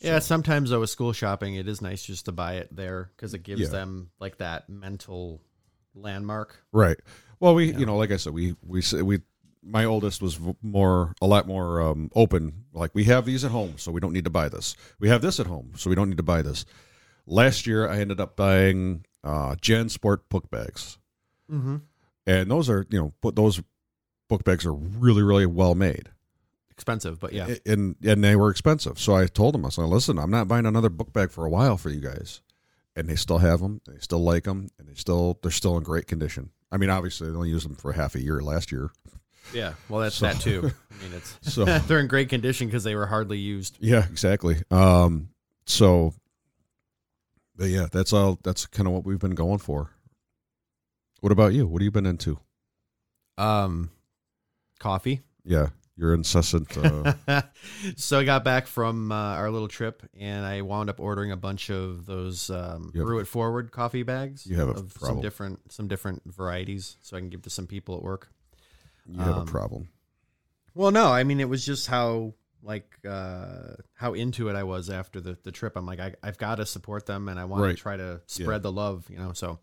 Speaker 1: Yeah, sometimes though with school shopping, it is nice just to buy it there because it gives
Speaker 2: Yeah.
Speaker 1: them like that mental landmark.
Speaker 2: Right. Well, we, you know, like I said, we we s- we. My oldest was v- more, a lot more um, open. Like we have these at home, so we don't need to buy this. We have this at home, so we don't need to buy this. Last year, I ended up buying uh, Gen Sport book bags.
Speaker 1: Mm-hmm.
Speaker 2: and those are you know, but those book bags are really, really well made.
Speaker 1: Expensive, but yeah.
Speaker 2: and and they were expensive. So I told them, I said, "Listen, I'm not buying another book bag for a while for you guys." And they still have them. They still like them, and they still they're still in great condition. I mean, obviously they only used them for half a year last year.
Speaker 1: yeah. Well, that's that too. I mean, it's
Speaker 2: So-
Speaker 1: they're in great condition because they were hardly used.
Speaker 2: Yeah, exactly. Um, so, but yeah, that's all. That's kind of what we've been going for. What about you? What have you been into?
Speaker 1: Um, coffee.
Speaker 2: Yeah, your incessant. Uh,
Speaker 1: so I got back from uh, our little trip, and I wound up ordering a bunch of those um,
Speaker 2: You have-
Speaker 1: brew it forward coffee bags.
Speaker 2: You have a
Speaker 1: of some
Speaker 2: problem.
Speaker 1: different some different varieties, so I can give to some people at work.
Speaker 2: you have
Speaker 1: Um,
Speaker 2: a problem.
Speaker 1: Well, no, I mean it was just how like uh, how into it I was after the, the trip. I'm like I, I've got to support them, and I want to
Speaker 2: Right.
Speaker 1: try to spread the love, you know. So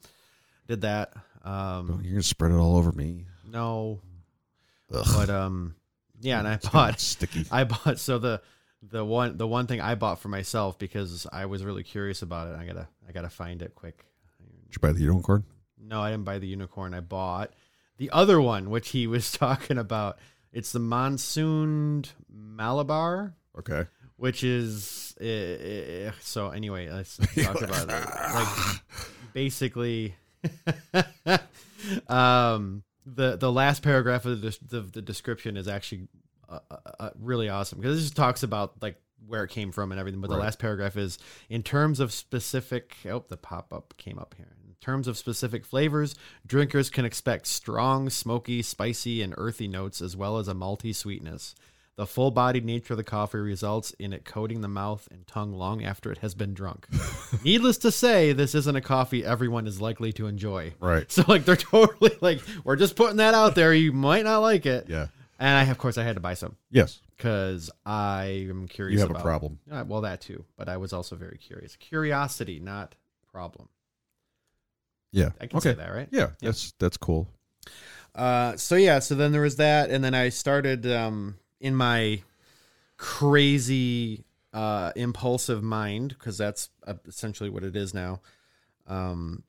Speaker 1: did that. Um,
Speaker 2: You're gonna spread it all over me.
Speaker 1: no,
Speaker 2: Ugh.
Speaker 1: but um, yeah, and I bought
Speaker 2: sticky.
Speaker 1: I bought so the the one the one thing I bought for myself because I was really curious about it. I gotta I gotta find it quick.
Speaker 2: Did you buy the unicorn?
Speaker 1: No, I didn't buy the unicorn. I bought the other one, which he was talking about. It's the monsooned Malabar,
Speaker 2: Okay.
Speaker 1: which is eh, eh, eh, so. Anyway, let's talk about it. Like basically, um, the the last paragraph of the des- the, the description is actually uh, uh, uh, really awesome because it just talks about like where it came from and everything. But the
Speaker 2: Right.
Speaker 1: last paragraph is in terms of specific. Oh, the pop up came up here. In terms of specific flavors, drinkers can expect strong, smoky, spicy, and earthy notes, as well as a malty sweetness. The full bodied nature of the coffee results in it coating the mouth and tongue long after it has been drunk. Needless to say, this isn't a coffee everyone is likely to enjoy.
Speaker 2: Right.
Speaker 1: So, like, they're totally like, we're just putting that out there. You might not like it.
Speaker 2: Yeah.
Speaker 1: And I, of course, I had to buy some
Speaker 2: Yes.
Speaker 1: because I am curious.
Speaker 2: You have a
Speaker 1: about-
Speaker 2: problem.
Speaker 1: Uh, well, that too, but I was also very curious. Curiosity, not problem.
Speaker 2: Yeah.
Speaker 1: I can say that, right?
Speaker 2: Yeah, That's that's cool.
Speaker 1: Uh, so yeah, so then there was that, and then I started um, in my crazy, uh, impulsive mind because that's uh, essentially what it is now. Um,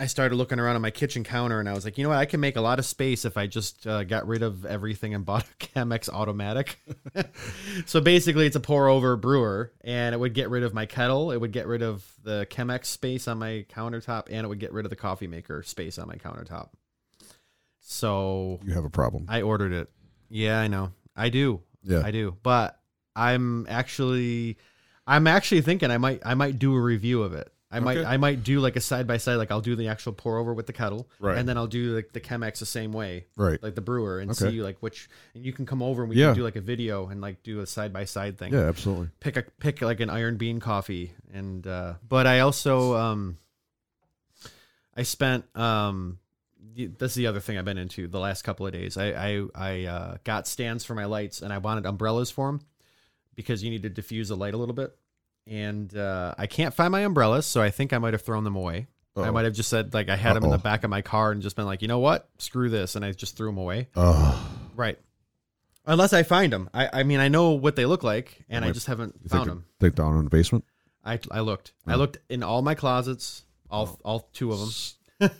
Speaker 1: I started looking around on my kitchen counter, and I was like, you know what, I can make a lot of space if I just uh, got rid of everything and bought a Chemex automatic. so basically, it's a pour over brewer, and it would get rid of my kettle, it would get rid of the Chemex space on my countertop, and it would get rid of the coffee maker space on my countertop. So
Speaker 2: You have a problem.
Speaker 1: I ordered it. Yeah, I know. I do.
Speaker 2: Yeah.
Speaker 1: I do. But I'm actually I'm actually thinking I might I might do a review of it. I might
Speaker 2: Okay.
Speaker 1: I might do like a side by side like I'll do the actual pour over with the kettle
Speaker 2: Right.
Speaker 1: and then I'll do like the Chemex the same way.
Speaker 2: Right.
Speaker 1: Like the brewer and
Speaker 2: Okay.
Speaker 1: see like which and you can come over and we
Speaker 2: Yeah.
Speaker 1: can do like a video and like do a side by side thing
Speaker 2: yeah, absolutely.
Speaker 1: pick a pick like an iron bean coffee and uh but i also um i spent um y- this is the other thing i've been into the last couple of days i i i uh, got stands for my lights and i wanted umbrellas for them because you need to diffuse the light a little bit and uh i can't find my umbrellas so i think i might have thrown them away i
Speaker 2: Uh-oh.
Speaker 1: might have just said like i had them in the
Speaker 2: Uh-oh.
Speaker 1: back of my car and just been like you know what screw this and i just threw them away
Speaker 2: Oh,
Speaker 1: right unless i find them i i mean i know what they look like and i
Speaker 2: Wait,
Speaker 1: just haven't
Speaker 2: you
Speaker 1: found
Speaker 2: think,
Speaker 1: them
Speaker 2: Think down in the basement.
Speaker 1: I I looked. I
Speaker 2: Mm.
Speaker 1: looked in all my closets, all
Speaker 2: Oh.
Speaker 1: all two of them,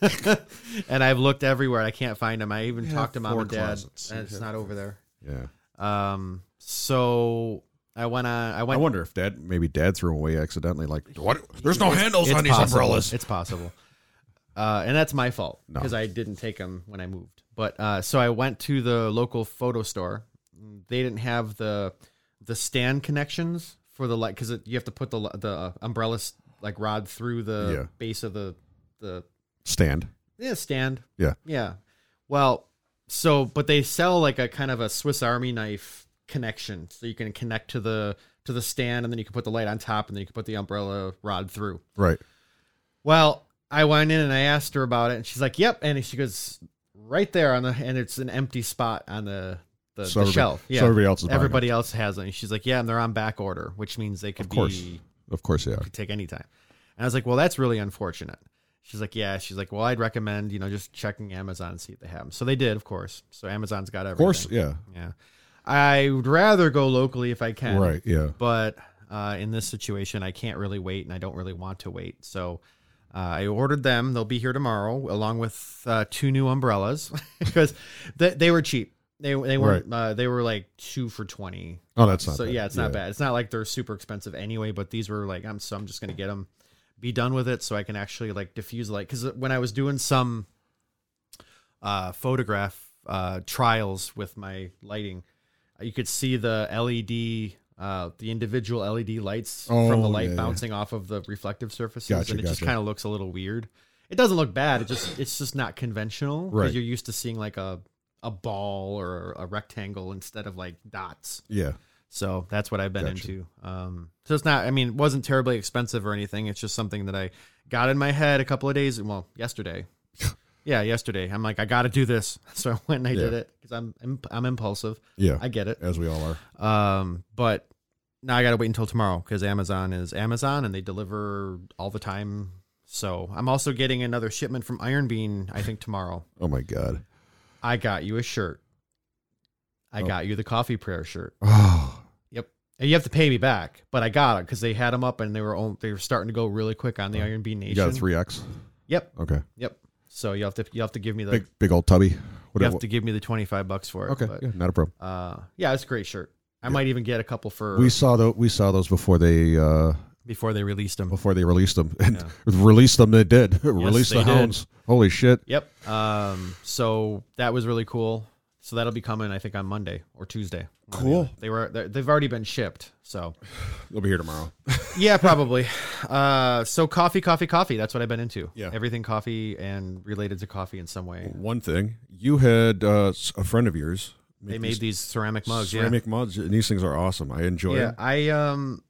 Speaker 1: and I've looked everywhere. I can't find them. I even
Speaker 2: You
Speaker 1: talked to
Speaker 2: have
Speaker 1: mom
Speaker 2: four
Speaker 1: and dad,
Speaker 2: closets.
Speaker 1: and
Speaker 2: You
Speaker 1: it's
Speaker 2: have-
Speaker 1: not over there.
Speaker 2: Yeah.
Speaker 1: Um, so I went on. I
Speaker 2: I
Speaker 1: went.
Speaker 2: wonder if dad maybe dad threw them away accidentally. Like what? There's no handles
Speaker 1: it's
Speaker 2: on these
Speaker 1: possible.
Speaker 2: umbrellas.
Speaker 1: It's possible. Uh, and that's my fault
Speaker 2: No.
Speaker 1: because I didn't take them when I moved. But uh, so I went to the local photo store. They didn't have the the stand connections for the light because you have to put the li- the umbrella s- like rod through the
Speaker 2: Yeah.
Speaker 1: base of the the
Speaker 2: Stand.
Speaker 1: yeah stand.
Speaker 2: Yeah.
Speaker 1: Yeah. Well, so but they sell like a kind of a Swiss Army knife connection, so you can connect to the to the stand, and then you can put the light on top, and then you can put the umbrella rod through.
Speaker 2: Right.
Speaker 1: Well, I went in and I asked her about it, and she's like, "Yep," and she goes, "Right there on the," and it's an empty spot on the the,
Speaker 2: So
Speaker 1: the
Speaker 2: everybody-
Speaker 1: shelf.
Speaker 2: so everybody else is buying
Speaker 1: everybody else has them. And she's like, "Yeah," and they're on back order, which means they could
Speaker 2: Of course.
Speaker 1: be
Speaker 2: Of course they are.
Speaker 1: could take any time. And I was like, well, that's really unfortunate. She's like, yeah. She's like, well, I'd recommend, you know, just checking Amazon and see if they have them. So they did, of course. So Amazon's got
Speaker 2: Of
Speaker 1: everything.
Speaker 2: course. Yeah.
Speaker 1: Yeah. I would rather go locally if I can.
Speaker 2: Right. Yeah.
Speaker 1: But uh, in this situation, I can't really wait and I don't really want to wait. So uh, I ordered them. They'll be here tomorrow along with uh, two new umbrellas because they, they were cheap. They, they weren't, uh, they were like two for 20
Speaker 2: Oh, that's not.
Speaker 1: so
Speaker 2: bad.
Speaker 1: yeah, it's not bad. It's not like they're super expensive anyway, but these were like I'm so I'm just gonna get them, be done with it, so I can actually like diffuse light. Because when I was doing some uh, photograph uh, trials with my lighting, uh, you could see the LED. Uh, the individual LED lights from the
Speaker 2: Oh,
Speaker 1: light
Speaker 2: yeah, yeah.
Speaker 1: bouncing off of the reflective surfaces,
Speaker 2: Gotcha,
Speaker 1: and it just
Speaker 2: gotcha.
Speaker 1: kind of looks a little weird. It doesn't look bad. It just it's just not conventional because
Speaker 2: Right.
Speaker 1: you're used to seeing like a a ball or a rectangle instead of like dots.
Speaker 2: Yeah.
Speaker 1: So that's what I've been
Speaker 2: Gotcha.
Speaker 1: into. Um, so it's not, I mean, it wasn't terribly expensive or anything. It's just something that I got in my head a couple of days, well, yesterday. yeah, yesterday. I'm like, I got to do this. So I went and I did
Speaker 2: Yeah.
Speaker 1: it because I'm, I'm, I'm impulsive.
Speaker 2: Yeah.
Speaker 1: I get it.
Speaker 2: As we all are.
Speaker 1: Um, but now I got to wait until tomorrow because Amazon is Amazon and they deliver all the time. So I'm also getting another shipment from Iron Bean, I think tomorrow.
Speaker 2: Oh my god.
Speaker 1: I got you a shirt. I
Speaker 2: Oh.
Speaker 1: got you the coffee prayer shirt.
Speaker 2: Oh.
Speaker 1: Yep. And you have to pay me back, but I got it because they had them up and they were on, they were starting to go really quick on the Iron Bean Nation.
Speaker 2: You got a three X.
Speaker 1: Yep.
Speaker 2: Okay.
Speaker 1: Yep. So you have to you have to give me the
Speaker 2: Big big old tubby.
Speaker 1: you
Speaker 2: Whatever.
Speaker 1: have to give me the twenty five bucks for it.
Speaker 2: okay.
Speaker 1: But,
Speaker 2: Yeah, not a problem.
Speaker 1: Uh, yeah, it's a great shirt. I might even get a couple for
Speaker 2: We saw those. We saw those before they uh,
Speaker 1: before they released them.
Speaker 2: before they released them, and released them. They did release
Speaker 1: they
Speaker 2: the
Speaker 1: did.
Speaker 2: hounds. Holy shit!
Speaker 1: Yep. Um. So that was really cool. So that'll be coming, I think, on Monday or Tuesday. one or the
Speaker 2: Cool.
Speaker 1: other. They were they're- they've already been shipped. So
Speaker 2: They'll be here tomorrow.
Speaker 1: yeah, probably. Uh, so coffee, coffee, coffee. That's what I've been into.
Speaker 2: Yeah.
Speaker 1: Everything coffee and related to coffee in some way.
Speaker 2: One thing you had uh, s- a friend of yours
Speaker 1: They made these ceramic mugs. yeah.
Speaker 2: ceramic mugs, and these things are awesome. I enjoy
Speaker 1: Yeah,
Speaker 2: it.
Speaker 1: I um,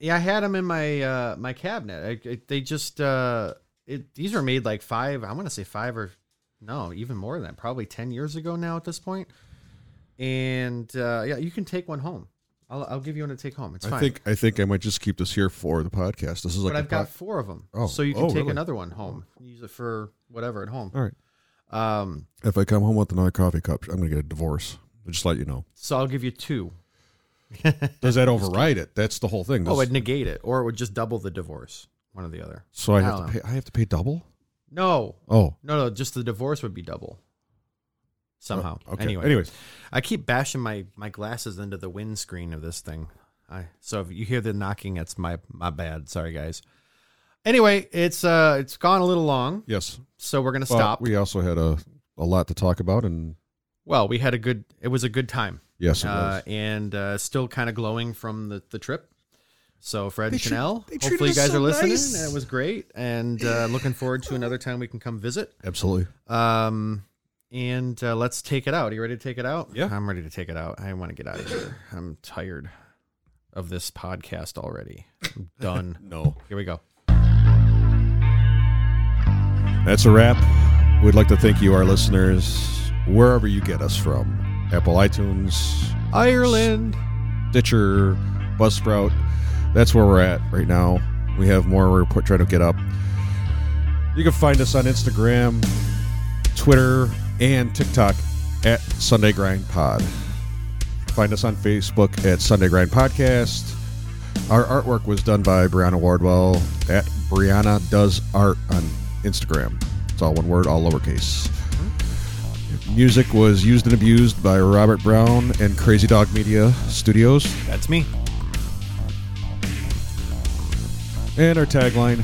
Speaker 1: yeah, I had them in my uh my cabinet. I, I, they just uh, it, these were made like five. I want to say five or no, even more than that, probably ten years ago now at this point. And uh, yeah, you can take one home. I'll I'll give you one to take home. It's fine.
Speaker 2: I think I think I might just keep this here for the podcast. This is like
Speaker 1: but
Speaker 2: a
Speaker 1: I've got
Speaker 2: pod-
Speaker 1: four of them,
Speaker 2: Oh,
Speaker 1: so you can
Speaker 2: oh,
Speaker 1: take
Speaker 2: really?
Speaker 1: another one home. Use it for whatever at home.
Speaker 2: all right.
Speaker 1: Um,
Speaker 2: If I come home with another coffee cup, I'm gonna get a divorce. I'll just let you know.
Speaker 1: so I'll give you two.
Speaker 2: Does that override it? That's the whole thing.
Speaker 1: Oh,
Speaker 2: This-
Speaker 1: I'd negate it, or it would just double the divorce. One or the other.
Speaker 2: so I
Speaker 1: I
Speaker 2: have
Speaker 1: don't
Speaker 2: to
Speaker 1: know.
Speaker 2: pay. I have to pay double.
Speaker 1: No,
Speaker 2: Oh,
Speaker 1: No, no, just the divorce would be double. Somehow.
Speaker 2: Oh, okay.
Speaker 1: Anyway,
Speaker 2: Anyways.
Speaker 1: I keep bashing my my glasses into the windscreen of this thing. I so if you hear the knocking, that's my my bad. Sorry, guys. Anyway, it's uh it's gone a little long,
Speaker 2: yes.
Speaker 1: so we're gonna
Speaker 2: But
Speaker 1: stop.
Speaker 2: we also had a a lot to talk about, and
Speaker 1: well, we had a good. It was a good time,
Speaker 2: yes, it
Speaker 1: uh,
Speaker 2: was.
Speaker 1: and uh, still kind of glowing from the the trip. So Fred and
Speaker 2: They treat-
Speaker 1: Chanel,
Speaker 2: they treated
Speaker 1: hopefully you
Speaker 2: us
Speaker 1: guys
Speaker 2: so
Speaker 1: are listening.
Speaker 2: nice.
Speaker 1: And it was great, and uh, looking forward to another time we can come visit.
Speaker 2: absolutely.
Speaker 1: Um, and uh, let's take it out. Are you ready to take it out?
Speaker 2: Yeah.
Speaker 1: I'm ready to take it out. I want to get out of here. I'm tired of this podcast already. I'm done.
Speaker 2: No.
Speaker 1: Here we go.
Speaker 2: That's a wrap. We'd like to thank you, our listeners, wherever you get us from Apple, iTunes,
Speaker 1: Ireland.
Speaker 2: Stitcher, Buzzsprout. That's where we're at right now. We have more we're put, trying to get up. You can find us on Instagram, Twitter, and TikTok at Sunday Grind Pod. Find us on Facebook at Sunday Grind Podcast. Our artwork was done by Brianna Wardwell at Brianna Does Art on Instagram. It's all one word, all lowercase. Music was used and abused by Robert Brown and Crazy Dog Media Studios.
Speaker 1: That's me.
Speaker 2: And our tagline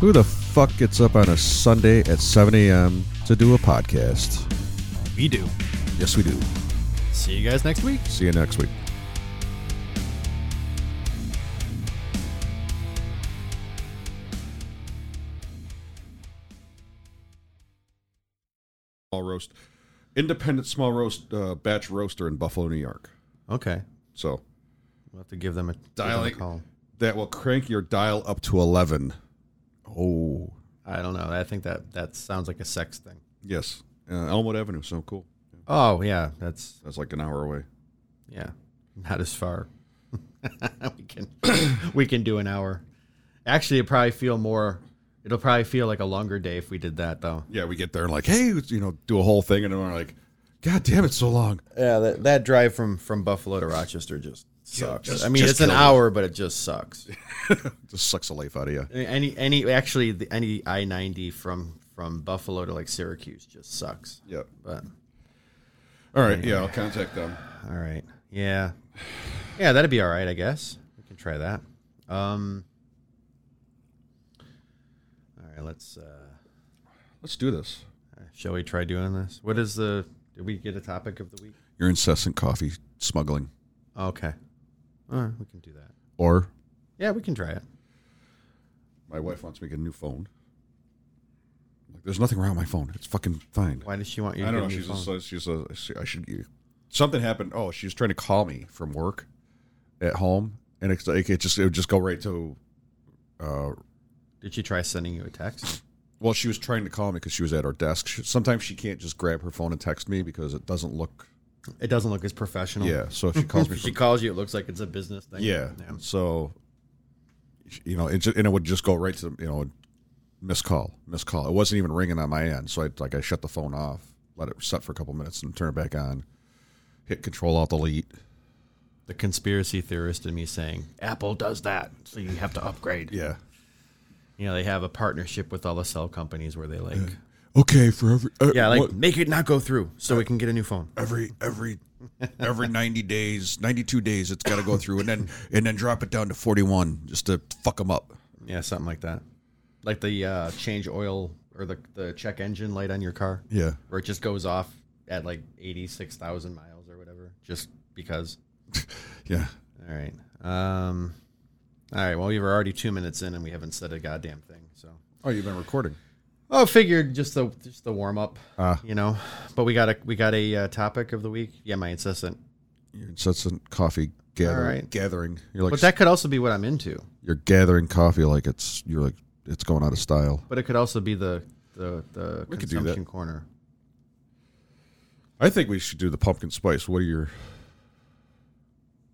Speaker 2: Who the fuck gets up on a Sunday at 7 a.m. to do a podcast?
Speaker 1: We do.
Speaker 2: Yes, we do.
Speaker 1: See you guys next week.
Speaker 2: See you next week. Small roast, independent small roast uh, batch roaster in Buffalo, New York.
Speaker 1: Okay.
Speaker 2: So
Speaker 1: We'll have to give them a, give them a
Speaker 2: Dialing-
Speaker 1: call.
Speaker 2: that will crank your dial up to 11. Oh,
Speaker 1: I don't know. I think that that sounds like a sex thing.
Speaker 2: yes. Uh, Elmwood Avenue. So cool.
Speaker 1: Oh yeah, that's
Speaker 2: That's like an hour away.
Speaker 1: yeah, not as far. we can we can do an hour. Actually, it probably feel more. It'll probably feel like a longer day if we did that though.
Speaker 2: Yeah, we get there and like, hey, you know, do a whole thing, and then we're like, God damn it, so long.
Speaker 1: Yeah, that, that drive from from Buffalo to Rochester just sucks.
Speaker 2: just-
Speaker 1: I mean,
Speaker 2: just
Speaker 1: it's an
Speaker 2: kill it.
Speaker 1: hour, but it just sucks.
Speaker 2: Just sucks the life out of you.
Speaker 1: I mean, any any actually the, any I ninety from from Buffalo to like Syracuse just sucks.
Speaker 2: Yeah.
Speaker 1: But
Speaker 2: All right. Yeah, I'll contact them.
Speaker 1: all right, yeah, yeah, that'd be all right, I guess. We can try that. Um, all right, let's. Uh,
Speaker 2: Let's do this.
Speaker 1: shall we try doing this? What is the? Did we get a topic of the week?
Speaker 2: Your incessant coffee smuggling,
Speaker 1: Okay, all right, we can do that.
Speaker 2: or
Speaker 1: Yeah, we can try it.
Speaker 2: my wife wants me to get a new phone. Like, there's nothing wrong with my phone. It's fucking fine.
Speaker 1: Why does she want you? To
Speaker 2: I don't know.
Speaker 1: get a new
Speaker 2: She's
Speaker 1: phone?
Speaker 2: a, she's a, she, I should. You, something happened. Oh, she was trying to call me from work, at home, and it's like it just it would just go right to. Uh,
Speaker 1: Did she try sending you a text?
Speaker 2: Well, she was trying to call me because she was at our desk. She, sometimes she can't just grab her phone and text me because it doesn't look.
Speaker 1: It doesn't look as professional.
Speaker 2: Yeah, so if she calls me,
Speaker 1: If she
Speaker 2: from,
Speaker 1: calls you, it looks like it's a business thing.
Speaker 2: yeah, so you know, it just, and it would just go right to you know, miss call, miss call. It wasn't even ringing on my end, so I like I shut the phone off, let it set for a couple minutes, and turn it back on. Hit Control Alt Delete.
Speaker 1: The conspiracy theorist in me saying Apple does that, so you have to upgrade.
Speaker 2: Yeah.
Speaker 1: You know, they have a partnership with all the cell companies where they like,
Speaker 2: Okay, for every uh,
Speaker 1: yeah, like
Speaker 2: what-
Speaker 1: make it not go through, so we can get a new phone.
Speaker 2: every every every 90 days 92 days it's got to go through and then and then drop it down to 41 just to fuck them up
Speaker 1: Yeah, something like that. Like the uh, change oil or the the check engine light on your car.
Speaker 2: Yeah.
Speaker 1: where it just goes off at like eighty six thousand miles or whatever, just because.
Speaker 2: yeah
Speaker 1: All right. Um, all right. Well, we were already two minutes in, and we haven't said a goddamn thing. So.
Speaker 2: oh you've been recording
Speaker 1: Oh, figured just the just the warm up,
Speaker 2: Ah.
Speaker 1: you know. But we got a we got a uh, topic of the week. Yeah, my incessant.
Speaker 2: You're such a coffee gathering.
Speaker 1: All right.
Speaker 2: Gathering. You're like
Speaker 1: But that could also be what I'm into.
Speaker 2: you're gathering coffee like it's you're like it's going out of style.
Speaker 1: But it could also be the the the
Speaker 2: We could do that.
Speaker 1: consumption corner.
Speaker 2: I think we should do the pumpkin spice. What are your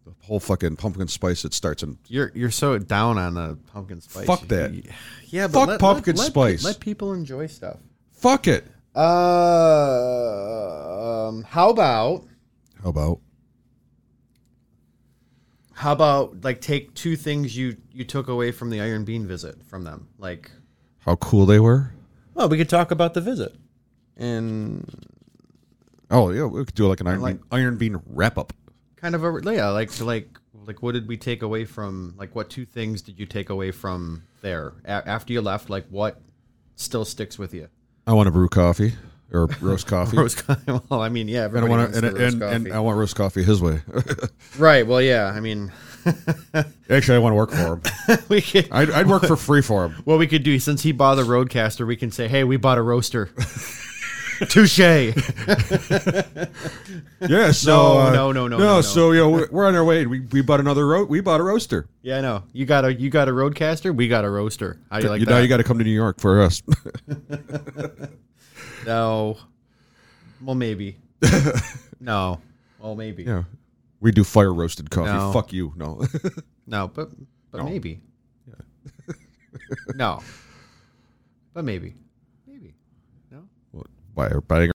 Speaker 2: the whole fucking pumpkin spice that starts in
Speaker 1: You're you're so down on the pumpkin spice.
Speaker 2: Fuck that.
Speaker 1: Yeah, but
Speaker 2: Fuck
Speaker 1: let-
Speaker 2: pumpkin
Speaker 1: let- let-
Speaker 2: spice.
Speaker 1: Let people enjoy stuff.
Speaker 2: Fuck it.
Speaker 1: Uh, um, how about
Speaker 2: How about
Speaker 1: how about like take two things you you took away from the Iron Bean visit from them? Like,
Speaker 2: how cool they were?
Speaker 1: well, we could talk about the visit and
Speaker 2: Oh yeah, we could do like an iron
Speaker 1: Like-
Speaker 2: bean, iron bean wrap up.
Speaker 1: kind of a yeah, like like like what did we take away from like what two things did you take away from there a- after you left? Like what still sticks with you?
Speaker 2: I want to brew coffee or roast coffee.
Speaker 1: Rose, well, I mean, yeah,
Speaker 2: And I
Speaker 1: everybody
Speaker 2: want
Speaker 1: wants
Speaker 2: to, and,
Speaker 1: the roast
Speaker 2: and, and
Speaker 1: coffee.
Speaker 2: I want roast coffee his way.
Speaker 1: right. Well, yeah, I mean,
Speaker 2: Actually, I want to work for him.
Speaker 1: we could.
Speaker 2: I'd, I'd work for free for him.
Speaker 1: What we could do since he bought a roadcaster, we can say, "Hey, we bought a roaster." Touche.
Speaker 2: Yeah. So
Speaker 1: No, no,
Speaker 2: uh,
Speaker 1: no, no,
Speaker 2: no.
Speaker 1: no, no.
Speaker 2: So you know we're, we're on our way. We, we bought another ro- we bought a roaster.
Speaker 1: Yeah, I know. You got a you got a roadcaster. We got a roaster. How do you like
Speaker 2: you,
Speaker 1: that?
Speaker 2: Now you got to come to New York for us.
Speaker 1: no. Well, maybe. no. Well, maybe.
Speaker 2: yeah. We do fire roasted coffee.
Speaker 1: No.
Speaker 2: Fuck you. No.
Speaker 1: No, but but maybe. no. But maybe. Maybe. No.
Speaker 2: By buying